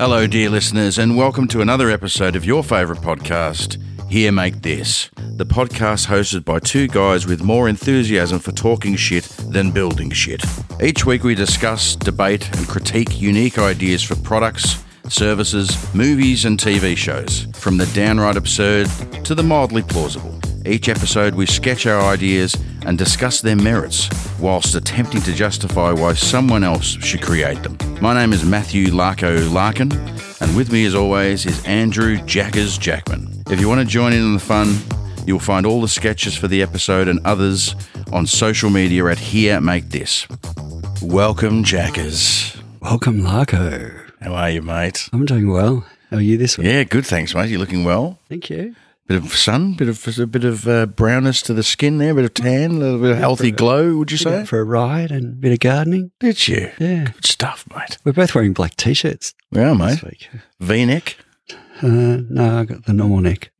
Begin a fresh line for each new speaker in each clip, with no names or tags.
Hello, dear listeners, and welcome to another episode of your favourite podcast, Here Make This, the podcast hosted by two guys with more enthusiasm for talking shit than building shit. Each week, we discuss, debate, and critique unique ideas for products, services, movies, and TV shows, from the downright absurd to the mildly plausible. Each episode, we sketch our ideas and discuss their merits whilst attempting to justify why someone else should create them. My name is Matthew Larko Larkin, and with me, as always, is Andrew Jackers Jackman. If you want to join in on the fun, you'll find all the sketches for the episode and others on social media at Here Make This. Welcome, Jackers.
Welcome, Larko.
How are you, mate?
I'm doing well. How are you this week?
Yeah, good. Thanks, mate. You're looking well.
Thank you.
Bit of sun, bit of a bit of uh, brownness to the skin there, bit of tan, a little bit of healthy glow. Would you
Went
say?
for a ride and a bit of gardening.
Did you?
Yeah.
Good stuff, mate.
We're both wearing black t shirts
Yeah, mate.
this week.
V-neck,
Uh, no, I got the normal neck.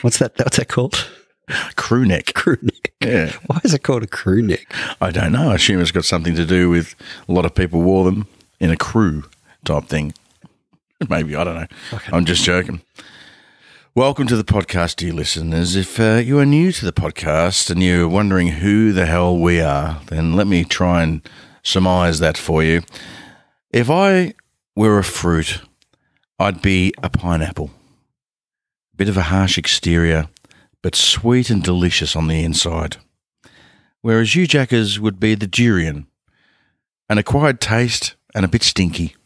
What's that? What's that called?
crew neck.
Crew neck.
Yeah,
Why is it called a crew neck?
I don't know. I assume it's got something to do with a lot of people wore them in a crew type thing. Maybe I don't know. I'm just joking. Welcome to the podcast, dear listeners. If uh, you are new to the podcast and you're wondering who the hell we are, then let me try and surmise that for you. If I were a fruit, I'd be a pineapple. Bit of a harsh exterior, but sweet and delicious on the inside. Whereas you jackers would be the durian, an acquired taste and a bit stinky.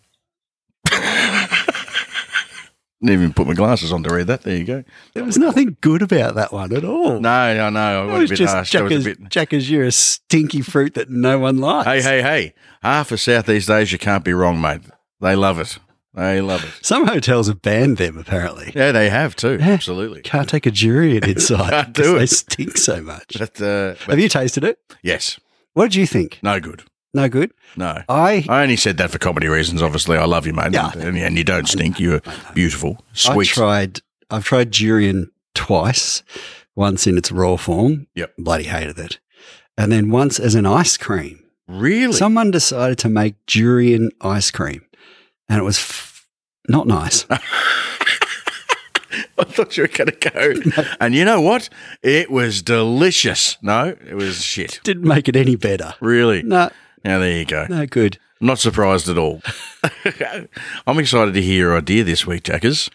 Didn't even put my glasses on to read that. There you go.
There was nothing good about that one at all.
No, I know. I
it
was
was
a bit
Oh. just
harsh. That was
Jackers,
a bit.
Jackers, you're a stinky fruit that no one likes.
Hey, hey, hey! Half of South these days, you can't be wrong, mate. They love it. They love it.
Some hotels have banned them, apparently.
Yeah, they have too.
Yeah.
Absolutely.
Can't take a jury inside.
Can't do
'cause
it.
They stink so much.
But, uh, but
Have you tasted it?
yes,
What did you think?
no good.
No good.
No,
I
I only said that for comedy reasons. Obviously, I love you, mate,
Yeah.
and, and you don't stink. You're beautiful,
I
sweet.
tried. I've tried durian twice. Once in its raw form.
Yep.
Bloody hated it. And then once as an ice cream.
Really?
Someone decided to make durian ice cream, and it was f- not nice.
I thought you were going to go. and you know what? It was delicious. No, it was shit.
Didn't make it any better.
Really?
No,
Now there you go.
no good.
Not surprised at all. I'm excited to hear your idea this week, Jackers.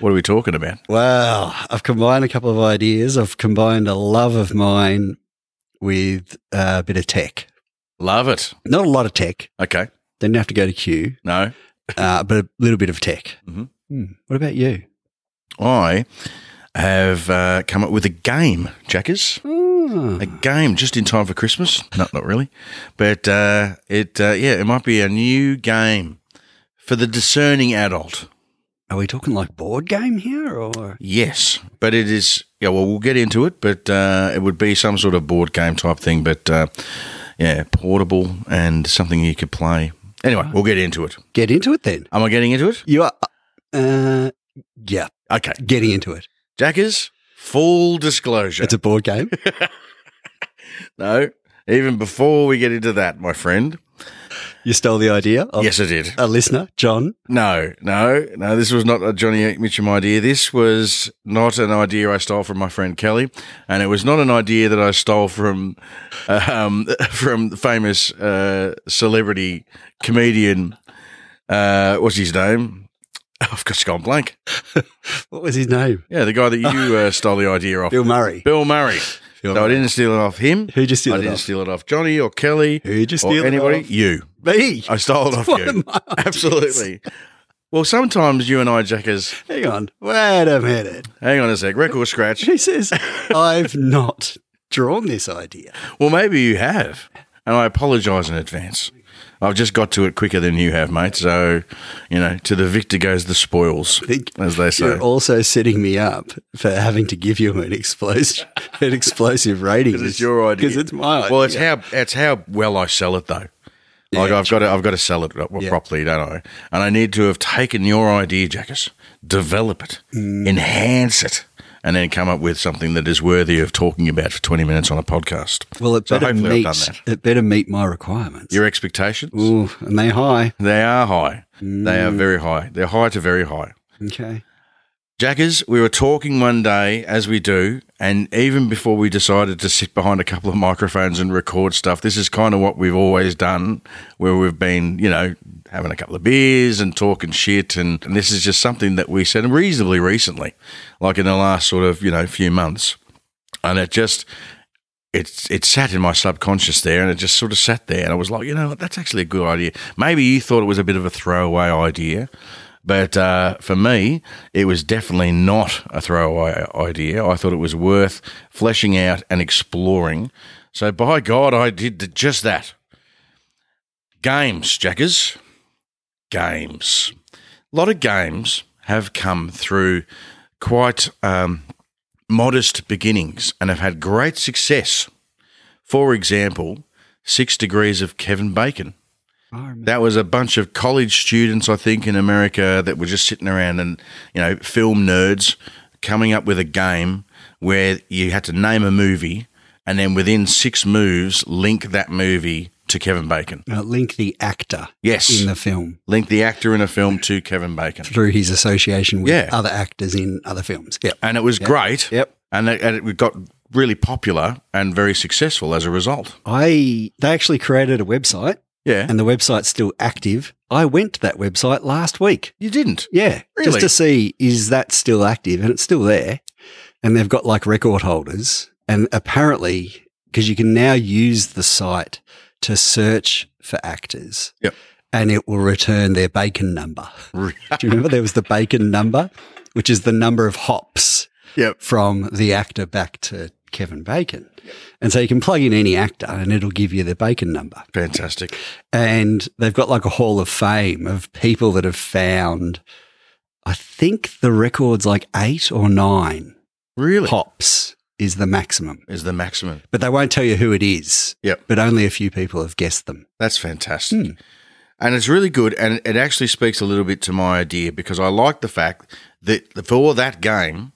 What are we talking about?
Well, I've combined a couple of ideas. I've combined a love of mine with a bit of tech.
Love it.
Not a lot of tech.
Okay.
Didn't have to go to Q,
No,
uh, but a little bit of tech.
Mhm.
Hmm. What about you?
I have uh, come up with a game, Jackers.
Oh.
a game just in time for Christmas. No, not really, but uh, it uh, yeah, it might be a new game for the discerning adult.
Are we talking like board game here, or
Yes, but it is yeah. Well, we'll get into it, but uh, it would be some sort of board game type thing, but uh, yeah, portable and something you could play. Anyway, we'll get into it.
get into it then?
Am I getting into it?
You are, uh, yeah,
Okay,
getting into it.
Jackers. Full disclosure.
It's a board game.
no, even before we get into that, my friend.
You stole the idea of
Yes, I did.
a listener, John.
No, no, no. This was not a Johnny Mitchum idea. This was not an idea I stole from my friend Kelly, and it was not an idea that I stole from um, from the famous uh, celebrity comedian. Uh, what's his name? I've just gone blank.
What was his name?
Yeah, the guy that you uh, stole the idea off,
Bill Murray.
Bill Murray.
Bill
No, I didn't steal it off him.
Who just
I
steal it
didn't
off?
steal it off Johnny or Kelly
Who just
or
steal it
anybody.
off?
You.
Me.
I stole it off
One
you.
of my ideas.
Absolutely. Well, sometimes you and I, Jackers,
Hang on. Wait a minute.
hang on a sec, record scratch.
He says I've not drawn this idea.
Well, maybe you have, and I apologise in advance. I've just got to it quicker than you have, mate. So, you know, to the victor goes the spoils,
I think
as they say.
you're also setting me up for having to give you an explosive, an explosive rating.
'Cause it's your idea.
Because it's my idea.
Well, it's how it's how well I sell it though. Like I've got to, I've got to sell it ro- properly, don't I?
Mm.
And I need to have taken your idea, Jackers, develop it, enhance it, and then come up with something that is worthy of talking about for 20 minutes on a podcast.
Well, it
So
better
hopefully I've
meet
done
it better meet my requirements.
Your expectations?
Ooh, and they high.
They are high. They are
Mm,
very high. They're high to very high.
okay.
Jackers, we were talking one day, as we do, and even before we decided to sit behind a couple of microphones and record stuff, this is kind of what we've always done, where we've been, you know, having a couple of beers and talking shit. And, and this is just something that we said reasonably recently, like in the last sort of, you know, few months. And it just, it's it sat in my subconscious there and it just sort of sat there and I was like, you know what, that's actually a good idea. Maybe you thought it was a bit of a throwaway idea, but uh, for me, it was definitely not a throwaway idea. I thought it was worth fleshing out and exploring. So by God, I did just that. Games, Jackers. Games. A lot of games have come through quite um, modest beginnings and have had great success. For example, Six Degrees of Kevin Bacon.
I remember.
That was a bunch of college students, I think, in America that were just sitting around and, you know, film nerds coming up with a game where you had to name a movie and then within six moves link that movie to Kevin Bacon.
Uh, link the actor
Yes.
in the film
link the actor in a film to Kevin Bacon.
through his association with
Yeah.
other actors in other films. Yep.
And it was great.
Yep.
And it, and it got really popular and very successful as a result.
I they actually created a website
Yeah.
and the website's still active. I went to that website last week.
you didn't.
Yeah.
Really?
Just to see is that still active and it's still there. And they've got like record holders and apparently because you can now use the site to search for actors.
Yep.
And it will return their bacon number.
Re-
Do you remember there was the bacon number, which is the number of hops
Yep.
from the actor back to Kevin Bacon. And so you can plug in any actor and it'll give you the bacon number.
Fantastic.
And they've got like a hall of fame of people that have found, I think the record's like eight or nine
Really?
hops is the maximum,
Is the maximum.
but they won't tell you who it is.
Yep.
But only a few people have guessed them. Hmm.
That's fantastic. And it's really good. And it actually speaks a little bit to my idea because I like the fact that for that game,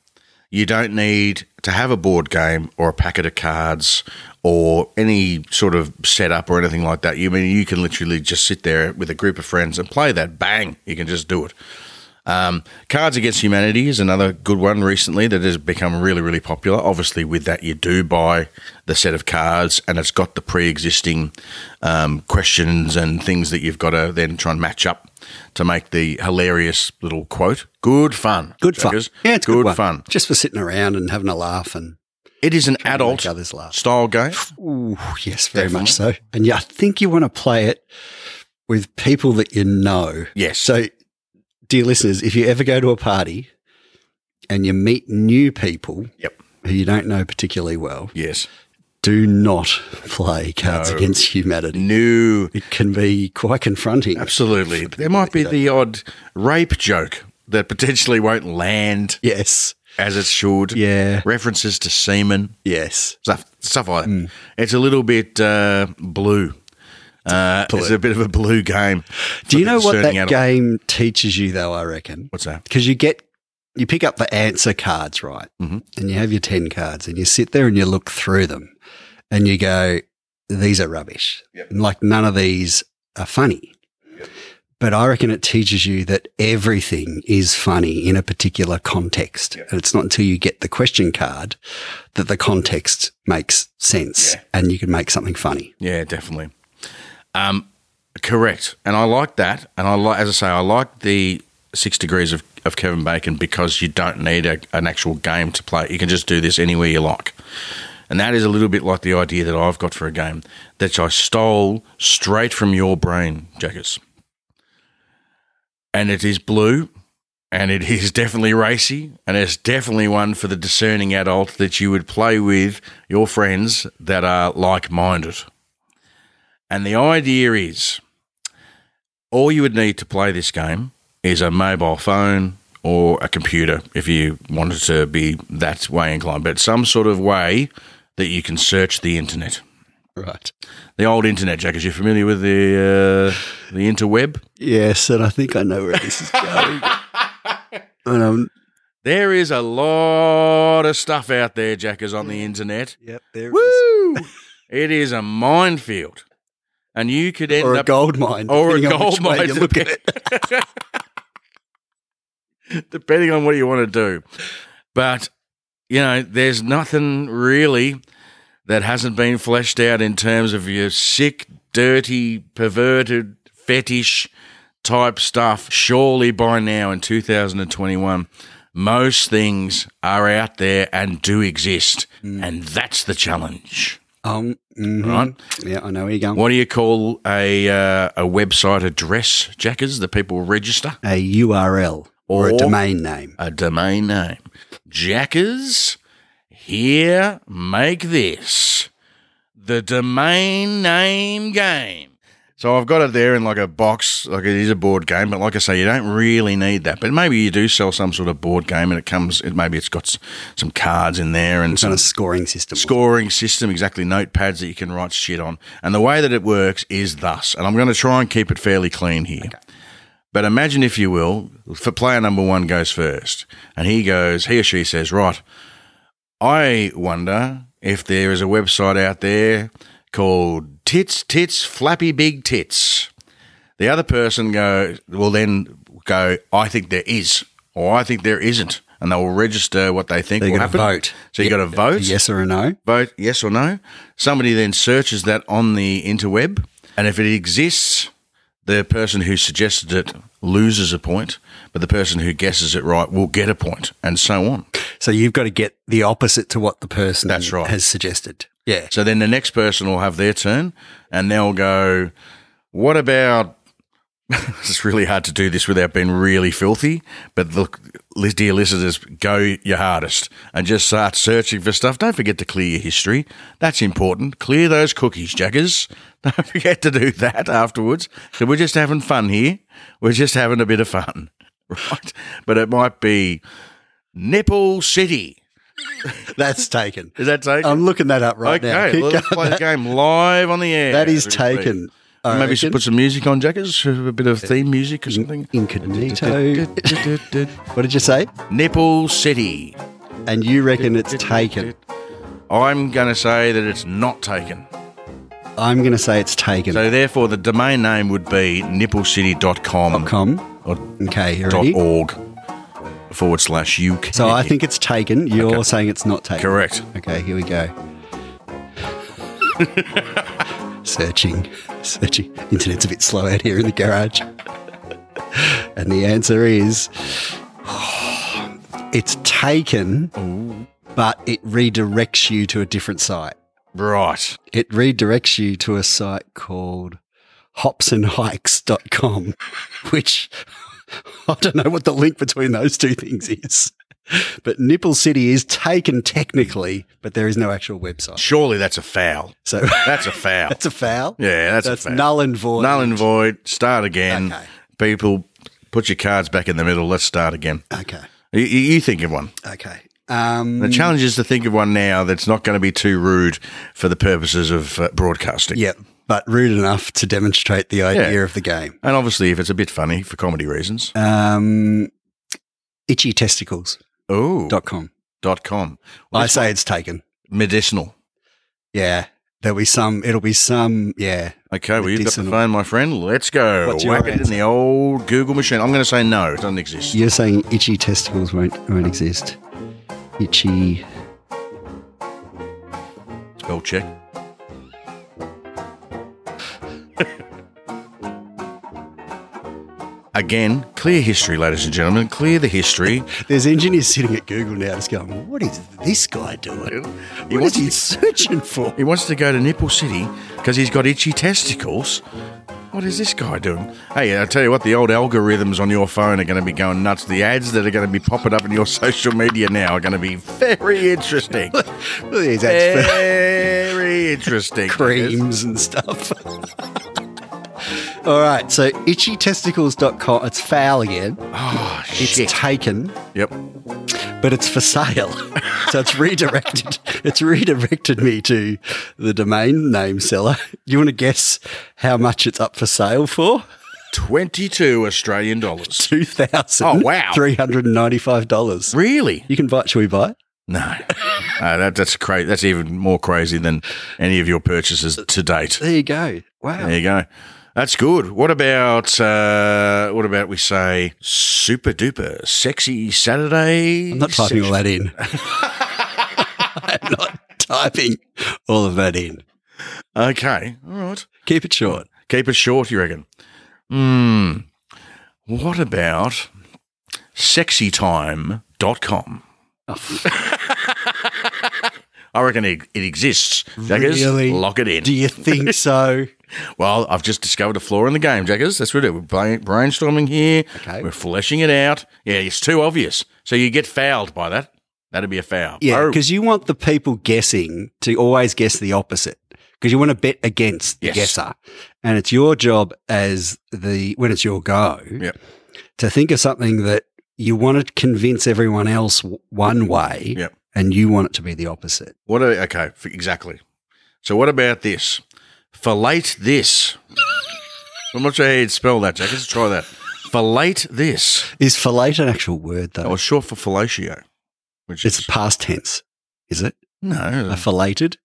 you don't need to have a board game or a packet of cards or any sort of setup or anything like that. You mean you can literally just sit there with a group of friends and play that. Bang! You can just do it. Um, Cards Against Humanity is another good one recently that has become really, really popular. Obviously, with that, you do buy the set of cards, and it's got the pre existing um, questions and things that you've got to then try and match up to make the hilarious little quote. Good fun.
Good fun.
Jackers.
Yeah, it's a
good,
one.
fun.
Just for sitting around and having a laugh and
It is an
make
adult
others laugh.
style game.
Ooh, yes, very much so. And yeah, I think you want to play it with people that you know.
Yes.
So, dear listeners, if you ever go to a party and you meet new people
Yep.
who you don't know particularly well,
Yes.
do not play Cards
No.
Against Humanity.
New.
It can be quite confronting.
Absolutely. There might be the odd rape joke that potentially won't land
Yes.
as it should.
Yeah.
References to semen.
Yes.
stuff stuff like that.
Mm.
It's a little bit uh, blue. Uh, it's a bit of a blue game.
Do you know what that
Concerning adult-
game teaches you, though? I reckon.
What's that?
because you get you pick up the answer cards right
Mm-hmm.
and you have your 10 cards and you sit there and you look through them and you go these are rubbish
Yep.
And, like none of these are funny but i reckon it teaches you that everything is funny in a particular context and it's not until you get the question card that the context makes sense
Yeah.
and you can make something funny
Yeah, definitely. Um, correct. And I like that. And I like, as I say, I like the six degrees of, of Kevin Bacon because you don't need a, an actual game to play. You can just do this anywhere you like. And that is a little bit like the idea that I've got for a game that I stole straight from your brain, Jackers. And it is blue, and it is definitely racy, and it's definitely one for the discerning adult that you would play with your friends that are like minded. And the idea is all you would need to play this game is a mobile phone or a computer if you wanted to be that way inclined, but some sort of way that you can search the internet.
right
The old internet, Jack, is you familiar with the uh, the interweb?
yes and i think i know where this is going and i'm
There is a lot of stuff out there, Jackers, on the internet.
Yep, there
Woo! It is a minefield. And you could end
Or a
up
gold mine.
or a
depending on
gold
which way
mine.
You look at it.
depending on what you want to do. But, you know, there's nothing really that hasn't been fleshed out in terms of your sick, dirty, perverted, fetish type stuff. Surely by now in 2021, most things are out there and do exist. And that's the challenge.
Um, mhm.
Right.
Yeah, I know where you're going.
What do you call a uh, a website address, Jackers, that people register?
A URL
Or-
or, a domain name.
a domain name. Jackers, here, make this the domain name game. So I've got it there in like a box, like it is a board game, but like I say, you don't really need that. But maybe you do sell some sort of board game, and it comes. It, maybe it's got s- some cards in there and
It's on
some
a scoring system.
scoring system, exactly notepads that you can write shit on. And the way that it works is thus, and I'm going to try and keep it fairly clean here. But imagine, if you will, for player number one goes first, and he goes, he or she says, right, I wonder if there is a website out there called Tits, Tits, Flappy Big Tits. The other person go will then go, I think there is, or I think there isn't. And they will register what they think
They're
will
going to
happen.
vote.
So you got to vote
Yes or a no?
vote yes or no. Somebody then searches that on the interweb, and if it exists, the person who suggested it loses a point, but the person who guesses it right will get a point, and so on.
So you've got to get the opposite to what the person
That's right.
has suggested. Yeah.
So then the next person will have their turn, and they'll go, "What about?" it's really hard to do this without being really filthy, but look, li- dear listeners, go your hardest and just start searching for stuff. Don't forget to clear your history. That's important. Clear those cookies, Jaggers. Don't forget to do that afterwards. So we're just having fun here. We're just having a bit of fun, right? But it might be Nipple City.
That's taken.
Is that taken?
I'm looking that up right now.
Okay,
Keep
well, let's
going.
play the game live on the air.
that
As
is
we speak.
taken. I
Maybe we should
reckon.
put some music on, Jackers, a bit of theme music or something.
incognito. what did you say?
Nipple City.
And you reckon it's taken?
I'm going to say that it's not taken.
I'm going to say it's taken.
So, therefore, the domain name would be nipplecity.com
Com.
or
Okay, you
dot
ready?
.org forward slash UK.
So I think it's taken. You're
Okay.
saying it's not taken.
Correct.
Okay, here we go. searching, searching. Internet's a bit slow out here in the garage. and the answer is it's taken, but it redirects you to a different site.
Right.
It redirects you to a site called hopsandhikes.com, which I don't know what the link between those two things is. But Nipple City is taken technically, but there is no actual website.
Surely that's a foul.
So
That's a foul.
that's a foul.
yeah, that's,
That's
a foul.
null and void.
Null and void. Start again.
Okay.
People, put your cards back in the middle. Let's start again.
Okay.
You, you you think of one.
Okay. Um,
The challenge is to think of one now that's not going to be too rude for the purposes of uh, broadcasting.
yeah, but rude enough to demonstrate the idea
Yeah.
of the game.
And obviously, if it's a bit funny for comedy reasons.
Um, itchytesticles.com.
Oh, dot, com. Well,
I
that's
say it's taken.
medicinal.
Yeah. There'll be some, it'll be some, yeah.
Okay, well, you've got the
Medicinal.
phone, my friend. Let's go.
What's your
Whack it in
answer?
the old Google machine. I'm going to say no, it doesn't exist.
You're saying itchy testicles won't, won't exist. Itchy.
Spell check. Again, clear history, ladies and gentlemen. Clear the history.
There's engineers sitting at Google now just going, what is this guy doing?
He
What
wants
is he searching for?
He wants to go to Nipple City because he's got itchy testicles. What is this guy doing? Hey, I tell you what, the old algorithms on your phone are going to be going nuts. The ads that are going to be popping up in your social media now are going to be very interesting.
Look at these ads for
very interesting.
creams and stuff. All right, so itchytesticles.com, it's foul again.
Oh,
It's
shit.
taken,
yep.
but it's for sale. so it's redirected. It's redirected me to the domain name seller. You want to guess how much it's up for sale for?
22 Australian dollars.
Two thousand.
Oh, wow.
Three hundred and ninety-five dollars.
Really?
You can buy. Shall we buy? it?
No. Uh, that, that's crazy. That's even more crazy than any of your purchases to date.
There you go. Wow.
There you go. That's good. What about uh, what about we say super duper sexy Saturday?
I'm not typing all that in. I'm not typing all of that in.
Okay, all right.
Keep it short.
Keep it short, you reckon? Hmm. What about sexytime.com?
Oh.
I reckon it, it exists. Jaggers,
Really?
lock it in.
Do you think so?
Well, I've just discovered a flaw in the game, Jaggers. That's what it is. We're brain- brainstorming here.
Okay.
We're fleshing it out. Yeah, it's too obvious. So you get fouled by that. That'd be a foul.
Yeah,
Oh,
because you want the people guessing to always guess the opposite. Because you want to bet against the
Yes.
guesser, and it's your job as the when it's your go
Yep.
to think of something that you want to convince everyone else w- one way,
Yep.
and you want it to be the opposite.
What are, okay, f- exactly. So what about this? Filate this. I'm not sure how you'd spell that, Jack. Let's try that. Filate this.
Is fillet an actual word
That
though?
was short for fellatio, which
it's
is
past tense, is it?
no
A filleted.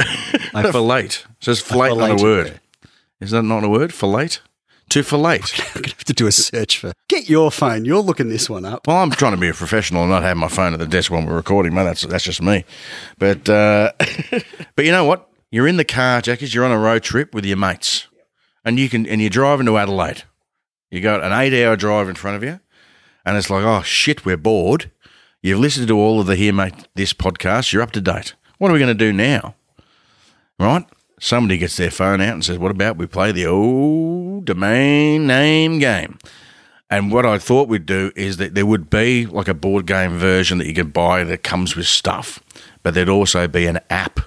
I filate. So it's filate not a
filleted
word. Is that not a word? Filate. To filate.
I'm gonna have to do a search for. Get your phone. You're looking this one up.
Well, I'm trying to be a professional and not have my phone at the desk when we're recording, man. That's that's just me. But uh, but you know what? You're in the car, Jackies. You're on a road trip with your mates, and you can and you're driving to Adelaide. You got an eight-hour drive in front of you, and it's like, oh shit, we're bored. You've listened to all of the Here Mate This podcast. You're up to date. What are we going to do now? Right? Somebody gets their phone out and says, "What about we play the old domain name game?" And what I thought we'd do is that there would be like a board game version that you could buy that comes with stuff, but there'd also be an app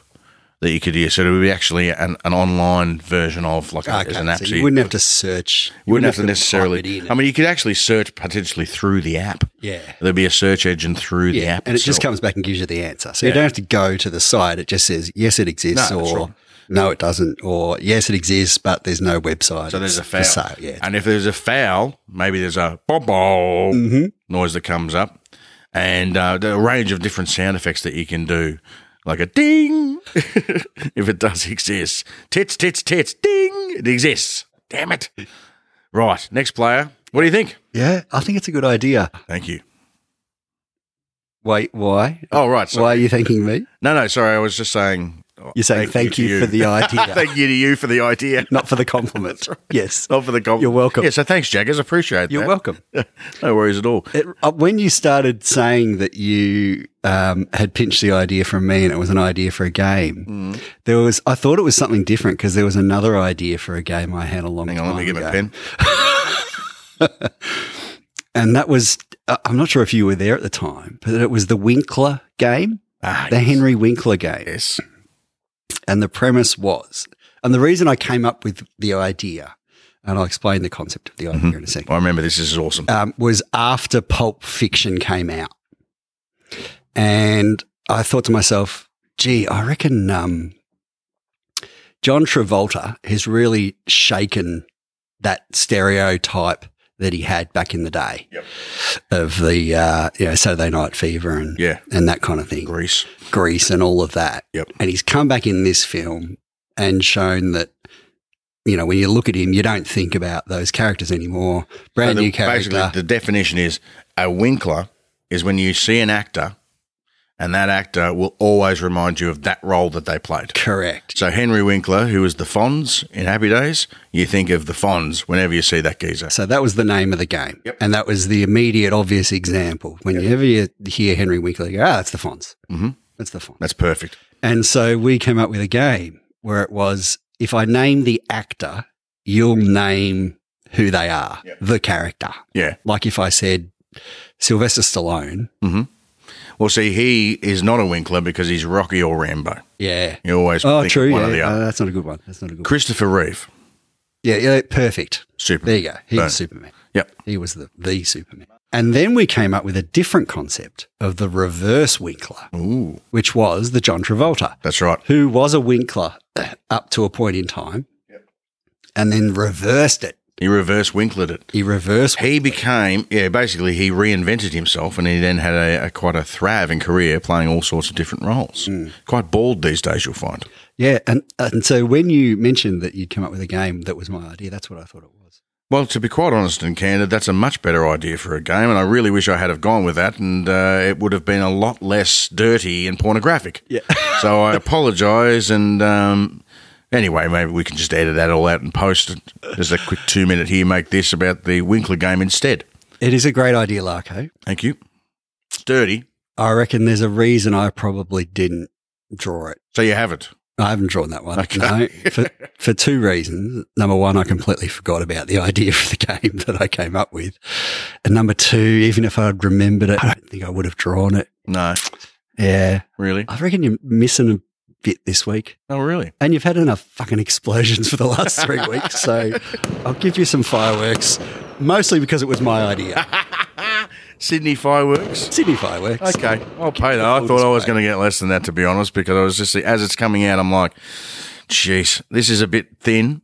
that you could use. So it would be actually an, an online version of like a, as an app.
so
so
you wouldn't have to search. You
wouldn't have to necessarily. Um,
type it in.
I mean, you could actually search potentially through the app.
yeah.
There'd be a search engine through the
Yeah,
app,
and it just
itself.
comes back and gives you the answer. So you don't have to go to the site. It just says yes, it exists,
No, that's
or
right.
no, it doesn't, or yes, it exists, but there's no website.
So there's a
It's
foul.
for sale, yeah,
And if there's a foul, maybe there's a bob
Mm-hmm.
noise that comes up, and uh, the range of different sound effects that you can do, like a ding, if it does exist. Tits, tits, tits, ding. It exists. Damn it. Right. Next player. What do you think?
yeah. I think it's a good idea.
Thank you.
Wait, why?
Oh, right. So,
Why are you thanking me?
no, no. Sorry. I was just saying.
You're saying thank,
to
you, for the idea,
thank you to you for the idea,
not for the compliment. Yes,
not for the compliment.
You're welcome.
Yeah. So thanks, Jaggers. Appreciate
you're
that.
welcome.
No worries at all.
It, uh, when you started saying that you um, had pinched the idea from me and it was an idea for a game,
Mm.
there was I thought it was something different because there was another idea for a game I had a long
Hang
time
on. Let me get
ago.
my pen.
and that was uh, I'm not sure if you were there at the time, but it was the Winkler game,
Ah,
the Henry Winkler game,
yes.
and the premise was, and the reason I came up with the idea, and I'll explain the concept of the
Mm-hmm.
idea in a second.
I remember this. This is awesome.
um, was after Pulp Fiction came out. And I thought to myself, gee, I reckon um, John Travolta has really shaken that stereotype that he had back in the day
Yep.
of the uh, you know, Saturday Night Fever and,
Yeah.
and that kind of thing.
Greece.
Greece and all of that.
Yep.
And he's come back in this film and shown that, you know, when you look at him, you don't think about those characters anymore. Brand
the-
new character.
Basically, the definition is a winkler is when you see an actor, and that actor will always remind you of that role that they played.
Correct.
So Henry Winkler, who was the Fonz in Happy Days, you think of the Fonz whenever you see that geezer.
So that was the name of the game.
Yep.
And that was the immediate, obvious example. Whenever you hear Henry Winkler, you go, ah, that's the fonts.
Mhm.
That's the fonts.
That's perfect.
And so we came up with a game where it was if I name the actor, you'll name who they are,
Yep.
the character.
Yeah.
Like if I said Sylvester Stallone,
Well, see, he is not a Winkler because he's Rocky or Rambo.
yeah,
You always
Oh,
think
true.
of one
yeah.
or the
Uh,
other.
that's not a good one. That's not a good one.
Christopher Reeve,
Yeah, yeah, perfect.
super.
There you go. He
Boom.
was Superman.
Yep.
He was the, the Superman. And then we came up with a different concept of the reverse Winkler,
Ooh,
which was the John Travolta,
that's right.
who was a Winkler up to a point in time and then reversed it
He reverse winklered it.
He reverse.
He became, yeah, basically he reinvented himself and he then had a, a quite a thriving career playing all sorts of different roles. Quite bald these days, you'll find.
Yeah, and and so when you mentioned that you'd come up with a game that was my idea, that's what I thought it was.
Well, to be quite honest and candid, that's a much better idea for a game, and I really wish I had have gone with that, and uh, it would have been a lot less dirty and pornographic.
Yeah.
so I apologise, and um, anyway, maybe we can just edit that all out and post it as a quick two minute here. Make this about the Winkler game instead.
It is a great idea, Larko.
Thank you. It's dirty,
I reckon there's a reason I probably didn't draw it.
so you haven't.
I haven't drawn that one.
Okay.
No, for, for two reasons. Number one, I completely forgot about the idea for the game that I came up with. And number two, even if I'd remembered it, I don't think I would have drawn it.
No,
Yeah.
really.
I reckon you're missing a bit this week.
Oh, really?
And you've had enough fucking explosions for the last three weeks. So I'll give you some fireworks, mostly because it was my idea.
Sydney fireworks.
Sydney fireworks.
Okay, I'll pay that. I thought I was going to get less than that, to be honest, because I was just as it's coming out, I'm like, "Jeez, this is a bit thin,"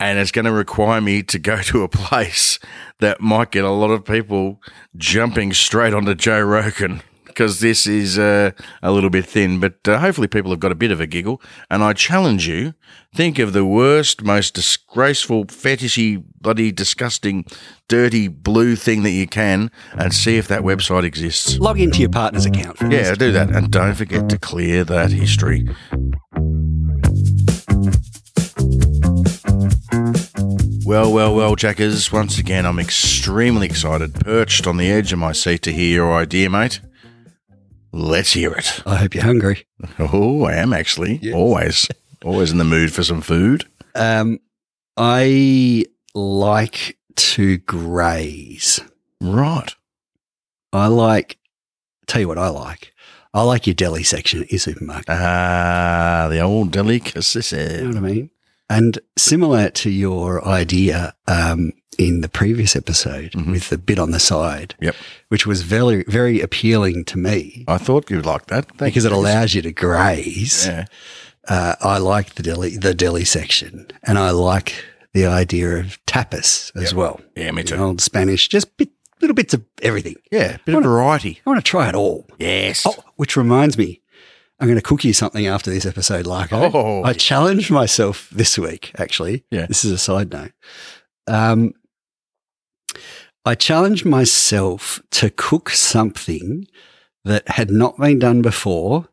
and it's going to require me to go to a place that might get a lot of people jumping straight onto Joe Rogan because this is uh, a little bit thin. But uh, hopefully, people have got a bit of a giggle, and I challenge you: think of the worst, most disgraceful, fetishy, bloody, disgusting, dirty blue thing that you can, and see if that website exists.
Log into your partner's account. For
Yeah, do that. And don't forget to clear that history. Well, well, well, Jackers, once again, I'm extremely excited, perched on the edge of my seat to hear your idea, mate. Let's hear it.
I hope you're hungry.
Oh, I am actually.
Yes.
Always. Always in the mood for some food.
Um, I like to graze.
Right.
I like, tell you what I like. I like your deli section at your supermarket.
Uh-huh. Ah, the old
You know
delicacy.
what I mean? And similar to your idea um, in the previous episode
Mhm.
with the bit on the side,
Yep.
which was very, very appealing to me
I thought you'd like that. Thank
because
you.
it allows you to graze.
Yeah.
Uh, I like the deli, the deli section, and I like the idea of tapas as well.
Yeah, me
You
too.
know, old Spanish, just bit, little bits of everything.
Yeah, bit of variety.
I want to try it all.
Yes.
Oh, which reminds me, I'm going to cook you something after this episode, Larko.
Oh.
I challenged myself this week, actually.
Yeah.
This is a side note. Um, I challenged myself to cook something that had not been done before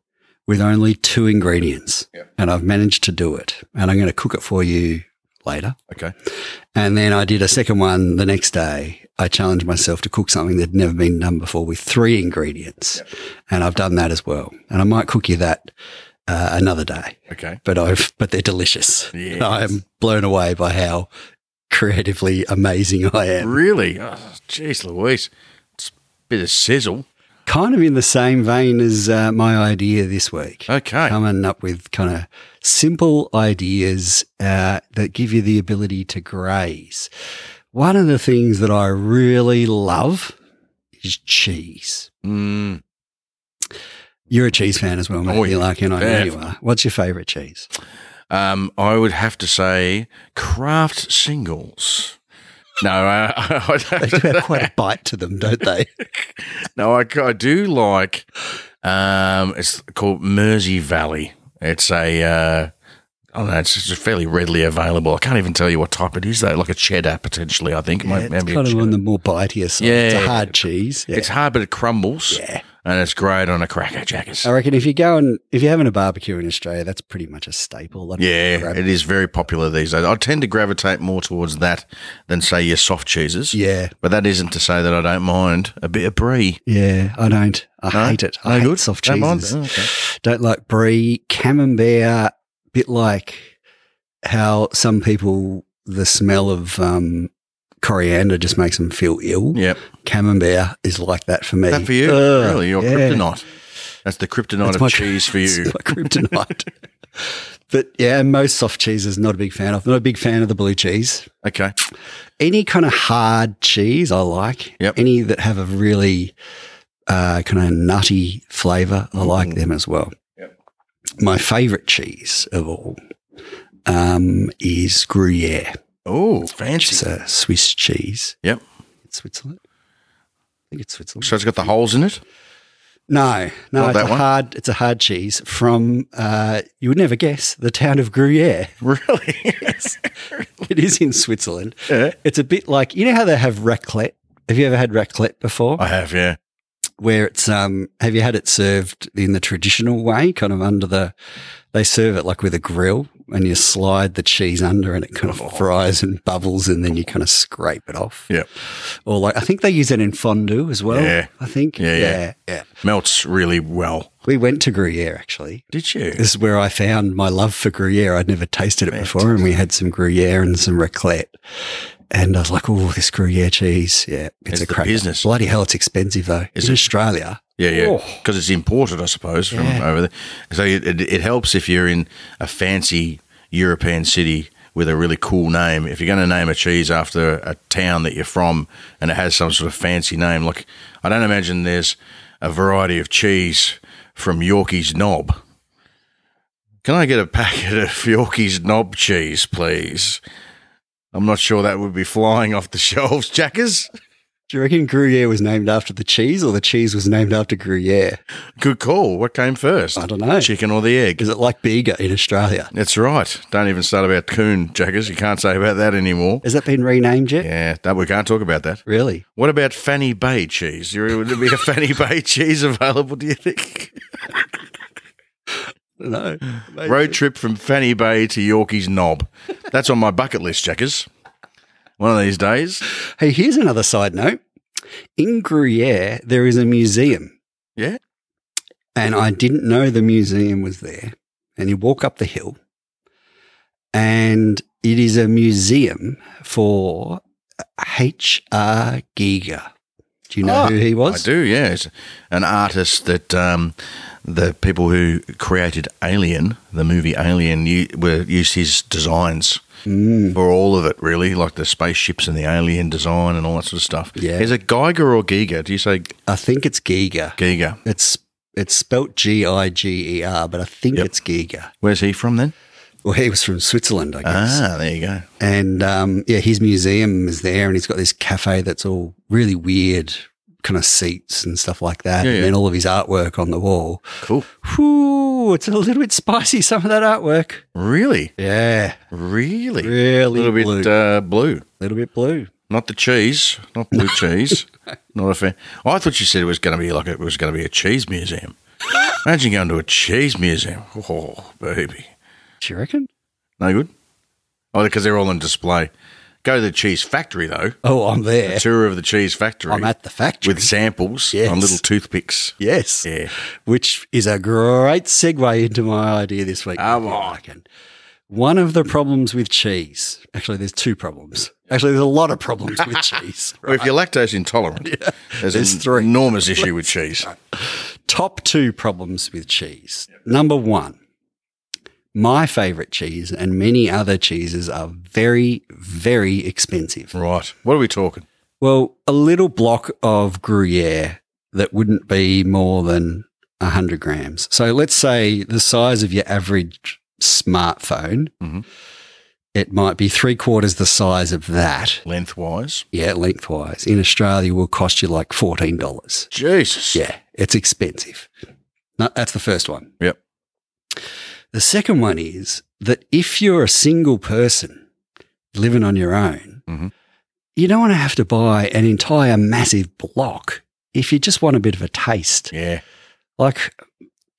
with only two ingredients.
Yep.
And I've managed to do it. And I'm going to cook it for you later.
Okay.
And then I did a second one the next day. I challenged myself to cook something that had never been done before with three ingredients. And I've done that as well. And I might cook you that uh, another day,
Okay.
but I've, but they're delicious.
Yes.
And I am blown away by how creatively amazing I am.
Really? Oh, Jeez Louise. It's a bit of sizzle.
Kind of in the same vein as uh, my idea this week.
Okay.
Coming up with kind of simple ideas uh, that give you the ability to graze. One of the things that I really love is cheese.
Mm,
You're a cheese fan as well, mate.
Oh,
you like, and I know
yeah.
you are. What's your favourite cheese?
um, I would have to say craft singles. No, uh,
They do have
I,
quite a bite to them, don't they?
no, I, I do like. Um, it's called Mersey Valley. It's a. Uh, I don't know. It's just fairly readily available. I can't even tell you what type it is though. Like a cheddar potentially. I think. Might-
it's
maybe a
kind of
cheddar.
on the more biteier side. it's
Yeah.
a hard cheese. Yeah.
It's hard, but it crumbles.
Yeah.
And it's great on a cracker jackers.
I reckon if you're going, if you're having a barbecue in Australia, that's pretty much a staple. Like,
Yeah,
grab-
it is very popular these days. I tend to gravitate more towards that than say your soft cheeses.
yeah,
But that isn't to say that I don't mind a bit of brie.
yeah. I don't. I
No?
hate it. I hate
good?
soft
Don't mind?
cheeses.
Oh, okay.
don't like brie, camembert, bit like how some people the smell of um, coriander just makes them feel ill.
Yep.
Camembert is like that for me.
That for you?
Ugh,
really? Your
Uh, yeah.
kryptonite. That's the kryptonite
That's
of
my-
cheese for
It's
you.
my kryptonite. but yeah, most soft cheeses not a big fan of. Not a big fan of the blue cheese.
Okay.
Any kind of hard cheese I like.
Yep.
Any that have a really uh, kind of nutty flavour, I like
Mm.
them as well.
Yep.
My favourite cheese of all um, is Gruyere.
Oh,
which is
fancy.
a Swiss cheese.
Yep.
It's Switzerland. I think it's Switzerland.
So it's got the holes in it.
No, no,
Not
it's
that
a
one?
hard. It's a hard cheese from uh, you would never guess the town of Gruyere.
Really?
It is in Switzerland.
Yeah.
It's a bit like you know how they have raclette. Have you ever had raclette before?
I have, yeah.
Where it's um, have you had it served in the traditional way, kind of under the? They serve it like with a grill, and you slide the cheese under, and it kind
Oh.
of fries and bubbles, and then you kind of scrape it off.
Yeah.
Or like I think they use it in fondue as well.
Yeah.
I think.
Yeah, yeah.
yeah, yeah.
Melts really well.
We went to Gruyere actually.
Did you?
This is where I found my love for Gruyere. I'd never tasted it before, and we had some Gruyere and some raclette. And I was like, "Oh, this Gruyere cheese, yeah,
It's
it's,
the
a crack."
business.
Bloody hell, it's expensive though.
Is
in
it?
Australia,
Yeah, yeah.
Oh.
Because it's imported, I suppose, from
Yeah.
over there. So it, it, it helps if you're in a fancy European city with a really cool name. If you're going to name a cheese after a town that you're from and it has some sort of fancy name, like I don't imagine there's a variety of cheese from Yorkie's Knob. Can I get a packet of Yorkie's Knob cheese, please? I'm not sure that would be flying off the shelves, Jackers.
do you reckon Gruyere was named after the cheese, or the cheese was named after Gruyere?
Good call. What came first?
I don't know.
Chicken or the egg?
Is it like Bega in Australia?
That's right. Don't even start about coon jackers. You can't say about that anymore.
Has that been renamed yet?
Yeah, that, we can't talk about that.
Really?
What about Fanny Bay cheese? You- Would there be a Fanny Bay cheese available, do you think?
I don't know. Maybe.
Road trip from Fanny Bay to Yorkie's Knob. That's on my bucket list, Jackers. One of these days.
Hey, here's another side note. In Gruyere, there is a museum.
Yeah.
and I didn't know the museum was there. And you walk up the hill, and it is a museum for H.R. Giger. Do you know
Ah,
who he
I
was?
do, yeah. It's an artist that um, the people who created Alien, the movie Alien, u- were, used his designs
Mm,
for all of it, really, like the spaceships and the alien design and all that sort of stuff.
Yeah.
Is it Geiger or Giga? Do you say
I think it's Giger.
Giga?
It's it's spelt G I G E R, but I think
Yep.
it's Giger.
Where's he from then?
Well, he was from Switzerland, I guess.
Ah, there you go.
And um, yeah, his museum is there, and he's got this cafe that's all really weird kind of seats and stuff like that,
Yeah, yeah.
and then all of his artwork on the wall.
Cool.
Whew, it's a little bit spicy, some of that artwork.
Really?
Yeah,
Really? A
really
little bit
blue.
Uh, blue.
little bit blue.
Not the cheese, not blue cheese. Not a fan. Oh, I thought you said it was going to be like it was going to be a cheese museum. Imagine going to a cheese museum. Oh, baby.
Do you reckon?
No good? Oh, because they're all on display. Go to the cheese factory, though.
Oh, I'm there.
A tour of the cheese factory.
I'm at the factory.
with samples
Yes.
on little toothpicks.
yes,
Yeah.
which is a great segue into my idea this week.
Come
if you
on.
like it. One of the problems with cheese, actually, there's two problems. Actually, there's a lot of problems with cheese.
Well, if you're lactose intolerant, there's,
There's
an
three.
enormous issue with cheese.
Top two problems with cheese. Number one, my favorite cheese and many other cheeses are very, very expensive.
Right. What are we talking?
Well, a little block of Gruyere that wouldn't be more than 100 grams. So let's say the size of your average smartphone,
Mhm.
it might be three quarters the size of that.
Lengthwise.
Yeah, lengthwise. In Australia, will cost you like $14.
Jesus.
Yeah, it's expensive. No, that's the first one.
Yep.
The second one is that if you're a single person living on your own,
Mhm.
you don't want to have to buy an entire massive block if you just want a bit of a taste.
Yeah.
Like,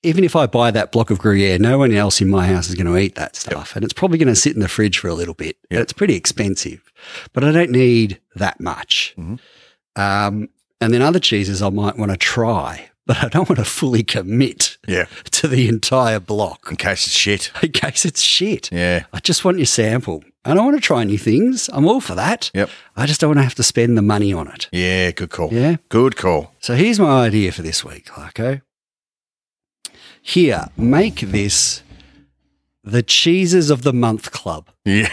even if I buy that block of Gruyere, no one else in my house is going to eat that stuff. And it's probably going to sit in the fridge for a little bit. And
Yep.
it's pretty expensive, but I don't need that much.
Mhm.
Um, and then other cheeses I might want to try, but I don't want to fully commit
Yeah.
to the entire block
In case it's shit.
in case it's shit.
Yeah.
I just want your sample. I don't want to try new things. I'm all for that.
Yep.
I just don't want to have to spend the money on it.
Yeah. Good call.
Yeah.
Good call.
So here's my idea for this week, Larko. Here, make this the Cheeses of the Month Club.
Yeah.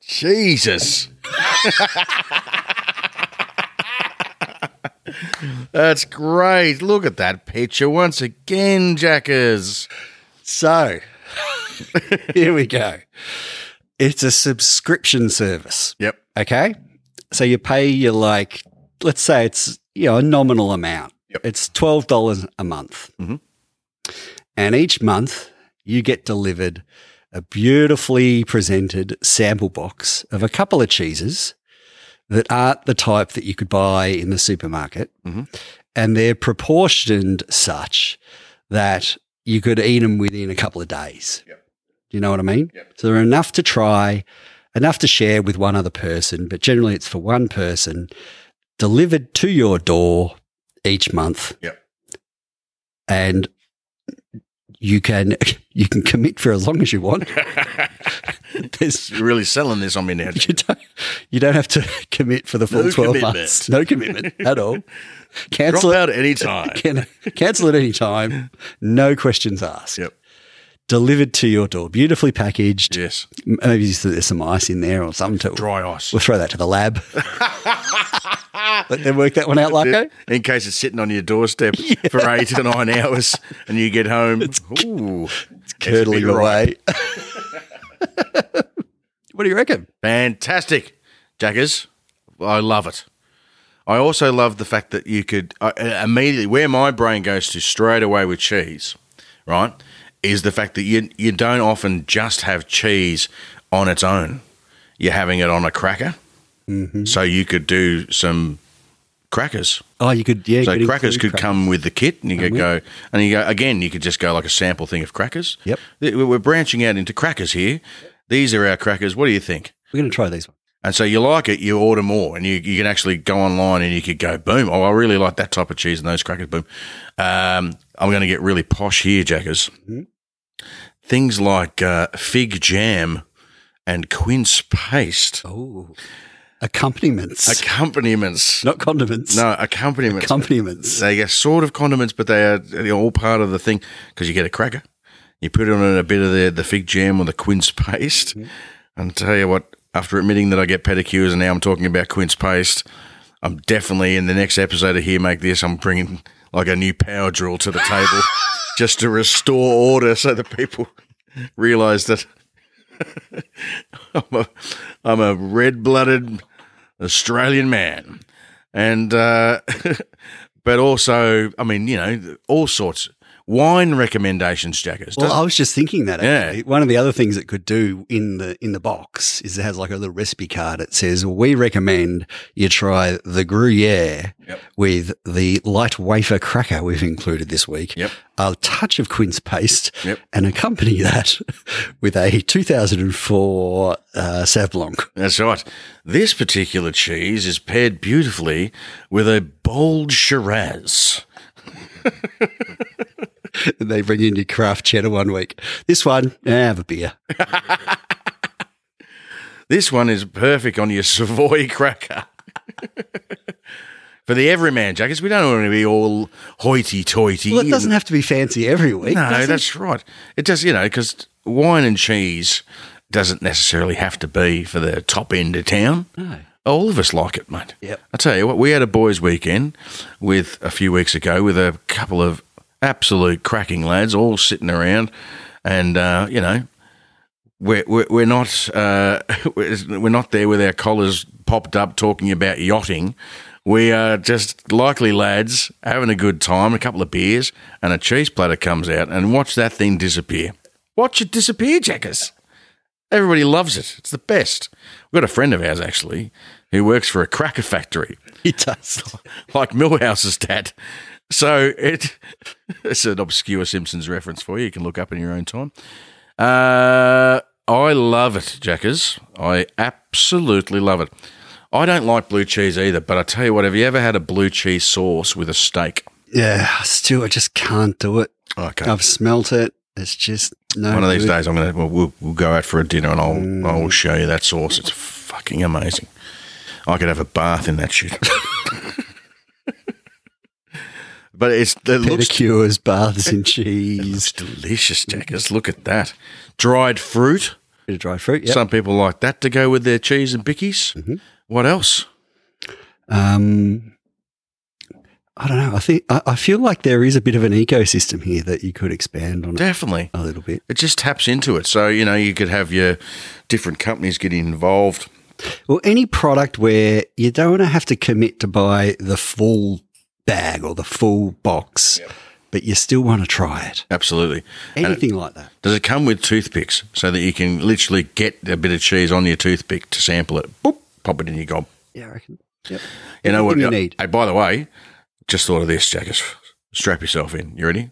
Jesus. That's great. Look at that picture once again, Jackers.
So Here we go. It's a subscription service.
Yep.
Okay. So you pay your like, let's say it's you know a nominal amount.
Yep.
It's twelve dollars a month,
Mhm.
and each month you get delivered a beautifully presented sample box of a couple of cheeses that aren't the type that you could buy in the supermarket,
Mhm.
and they're proportioned such that you could eat them within a couple of days.
Yep.
Do you know what I mean?
Yep.
So they're enough to try, enough to share with one other person, but generally it's for one person delivered to your door each month.
Yep.
And you can you can commit for as long as you want. There's
You're really selling this on me now.
you don't, you don't have to commit for the full
No
12
commitment.
months. No commitment at all.
Drop
Cancel it.
out at any time.
Can, cancel at any time. No questions asked.
Yep.
Delivered to your door. Beautifully packaged.
Yes.
M- Maybe just- there's some ice in there or something. To,
Dry ice.
we'll throw that to the lab. Let them work that one out, Larko.
In case it's sitting on your doorstep for eight to nine hours and you get home. Ooh, it's
Curdling
a bit ripe.
away. what do you reckon?
Fantastic, Jackers. I love it. I also love the fact that you could uh, immediately, where my brain goes to straight away with cheese, right, is the fact that you you don't often just have cheese on its own. You're having it on a cracker,
Mm-hmm.
so you could do some crackers.
Oh, you could, yeah. you
So
include
crackers could
crack-
come with the kit, and you could go, and you go again. You could just go like a sample thing of crackers.
Yep.
Th- We're branching out into crackers here. These are our crackers. What do you think?
We're going to try these ones.
And so you like it, you order more, and you, you can actually go online and you could go, boom, oh, I really like that type of cheese and those crackers, boom. Um, I'm going to get really posh here, Jackers.
Mm-hmm.
Things like uh, fig jam and quince paste,
Oh. Accompaniments.
accompaniments.
Not condiments.
No, accompaniments.
Accompaniments.
they are sort of condiments, but they are they're all part of the thing because you get a cracker, you put on a bit of the, the fig jam or the quince paste, and tell you what, after admitting that I get pedicures and now I'm talking about quince paste, I'm definitely in the next episode of Here Make This. I'm bringing like a new power drill to the table just to restore order, so that people realise that I'm a, I'm a red blooded Australian man, and. Uh, but also, I mean, you know, all sorts. Wine recommendations, Jackers.
Well, I was just thinking that. Actually.
Yeah.
One of the other things it could do in the in the box is it has like a little recipe card. It says we recommend you try the Gruyere
Yep.
with the light wafer cracker we've included this week.
Yep.
A touch of quince paste,
Yep.
and accompany that with a 2004 uh, Sauv Blanc.
That's right. This particular cheese is paired beautifully with a bold Shiraz.
they bring in your craft cheddar one week. This one, eh, have a beer.
This one is perfect on your Savoy cracker. For the everyman, Jackers, we don't want to be all hoity-toity.
Well, it doesn't have to be fancy every week.
No,
does it?
that's right. It does, you know, because wine and cheese doesn't necessarily have to be for the top end of town.
No.
All of us like it, mate.
Yep.
I tell you what, we had a boys' weekend with a few weeks ago with a couple of absolute cracking lads all sitting around, and uh, you know, we're we're, we're not uh, we're we're not there with our collars popped up talking about yachting. We are just likely lads having a good time, a couple of beers, and a cheese platter comes out, and watch that thing disappear. Watch it disappear, Jackers. Everybody loves it. It's the best. We've got a friend of ours actually who works for a cracker factory,
It does.
like Millhouse's dad. So it it's an obscure Simpsons reference for you. You can look up in your own time. Uh, I love it, Jackers. I absolutely love it. I don't like blue cheese either, but I tell you what, have you ever had a blue cheese sauce with a steak?
Yeah, Stu, I just can't do it.
Okay.
I've smelt it. It's just no.
One of these
good.
days, I'm gonna we'll, we'll, we'll go out for a dinner and I'll I'll show you that sauce. It's fucking amazing. I could have a bath in that shit. but it's it looks
pedicures, baths in cheese,
delicious, Jackers. Look at that dried fruit.
bit of dry fruit. Yep.
Some people like that to go with their cheese and bickies. What else?
um, I don't know. I think I, I feel like there is a bit of an ecosystem here that you could expand on
Definitely.
a little bit.
It just taps into it. So, you know, you could have your different companies getting involved.
Well, any product where you don't want to have to commit to buy the full bag or the full box, but you still want to try it.
Absolutely.
Anything like that.
Does it come with toothpicks so that you can literally get a bit of cheese on your toothpick to sample it? Boop, pop it in your gob.
Yeah, I reckon. Yep.
You know what?
Everything you need.
Hey, by the way, just thought of this, Jack. Strap yourself in. You ready?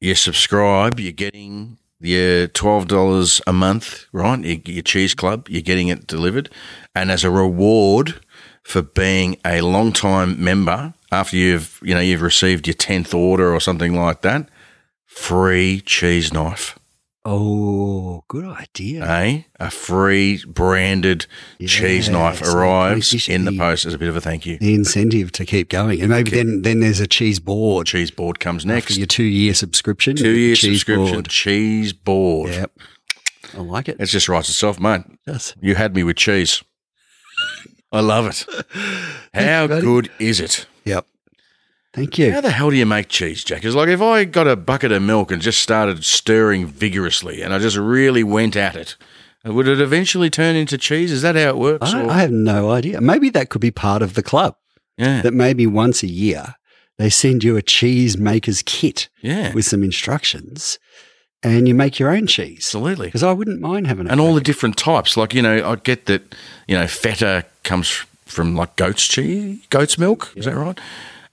You subscribe. You're getting your twelve dollars a month, right? Your, your cheese club. You're getting it delivered, and as a reward for being a long time member, after you've you know you've received your tenth order or something like that, free cheese knife.
Oh, good idea.
Eh? A free branded cheese knife
Yes, I
arrives
think we
in the
should-
post as a bit of a thank you.
the incentive to keep going, and maybe then then there's a cheese board
Cheese board comes
for
next.
your two year subscription.
Two year
cheese
subscription.
board.
Cheese board.
Yep. I like it.
It just writes itself, mate.
Yes.
You had me with cheese. I love it. How
you, buddy.
good is it?
Yep. Thank you.
How the hell do you make cheese, Jack? It's like if I got a bucket of milk and just started stirring vigorously and I just really went at it, would it eventually turn into cheese? Is that how it works?
I,
or-
I have no idea. Maybe that could be part of the club.
yeah.
That maybe once a year they send you a cheese maker's kit
Yeah.
with some instructions, and you make your own cheese.
Absolutely.
Because I wouldn't mind having it.
and all the different types. Like you know, I get that you know feta comes from like goat's cheese, goat's milk. Is that right?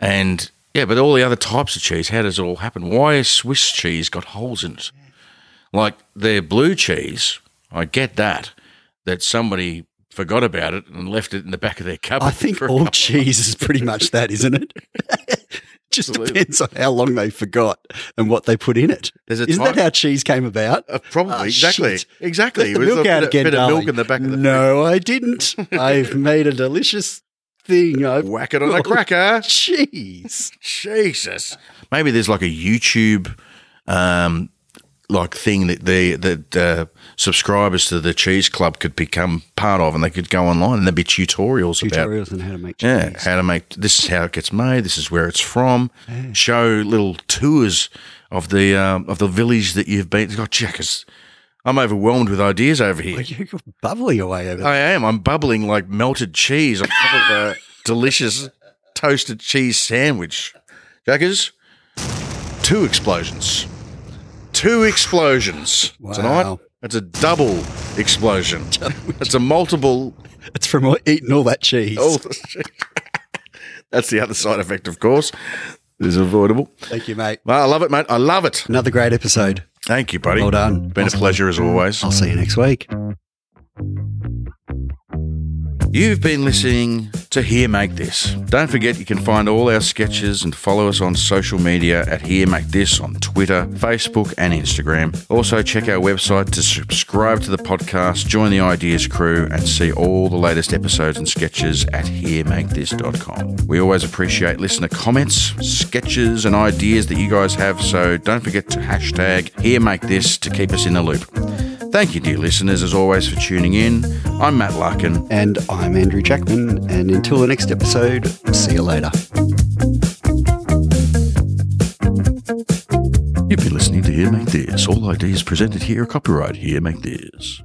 And yeah, but all the other types of cheese. How does it all happen? Why has Swiss cheese got holes in it? Like their blue cheese, I get that. That somebody forgot about it and left it in the back of their cupboard.
I think
for a
all
couple-
cheese is pretty much that, isn't it? Just
Absolutely.
depends on how long they forgot and what they put in it.
There's a
Isn't
time-
that how cheese came about?
Uh, probably
Ah,
exactly
shit.
exactly.
Let the
With
milk
a
out
bit,
again,
bit of milk
darling.
in the back of the
No, I didn't. I've made a delicious thing. I
whack it on a cracker.
cheese.
Jesus. Maybe there's like a YouTube, um, like thing that the that uh, subscribers to the Cheese Club could become part of, and they could go online and there'd be tutorials, about.
Tutorials on how to make cheese.
Yeah, how to make this is how it gets made. This is where it's from. Show little tours of the um, of the village that you've been. God, jackers, I'm overwhelmed with ideas over here.
You're bubbling away over there.
I am. I'm bubbling like melted cheese on top of a delicious toasted cheese sandwich. Jackers, two explosions. Two explosions
Wow.
tonight. That's a double explosion. That's a multiple.
It's from all- eating all that cheese.
Oh, shit. That's the other side effect, of course. This is avoidable.
Thank you, mate.
Well, I love it, mate. I love it.
Another great episode.
Thank you, buddy.
Well done.
Been a pleasure as always.
I'll see you next week.
You've been listening to Here Make This. Don't forget you can find all our sketches and follow us on social media at Here Make This on Twitter, Facebook, and Instagram. Also, check our website to subscribe to the podcast, join the Ideas crew, and see all the latest episodes and sketches at heremakethis.com. We always appreciate listener comments, sketches, and ideas that you guys have, so don't forget to hashtag Here Make This to keep us in the loop. Thank you, dear listeners, as always, for tuning in. I'm Matt Larkin.
And I'm Andrew Jackman. And until the next episode, see you later.
You've been listening to Here Make This. All ideas presented here are copyright Here Make This.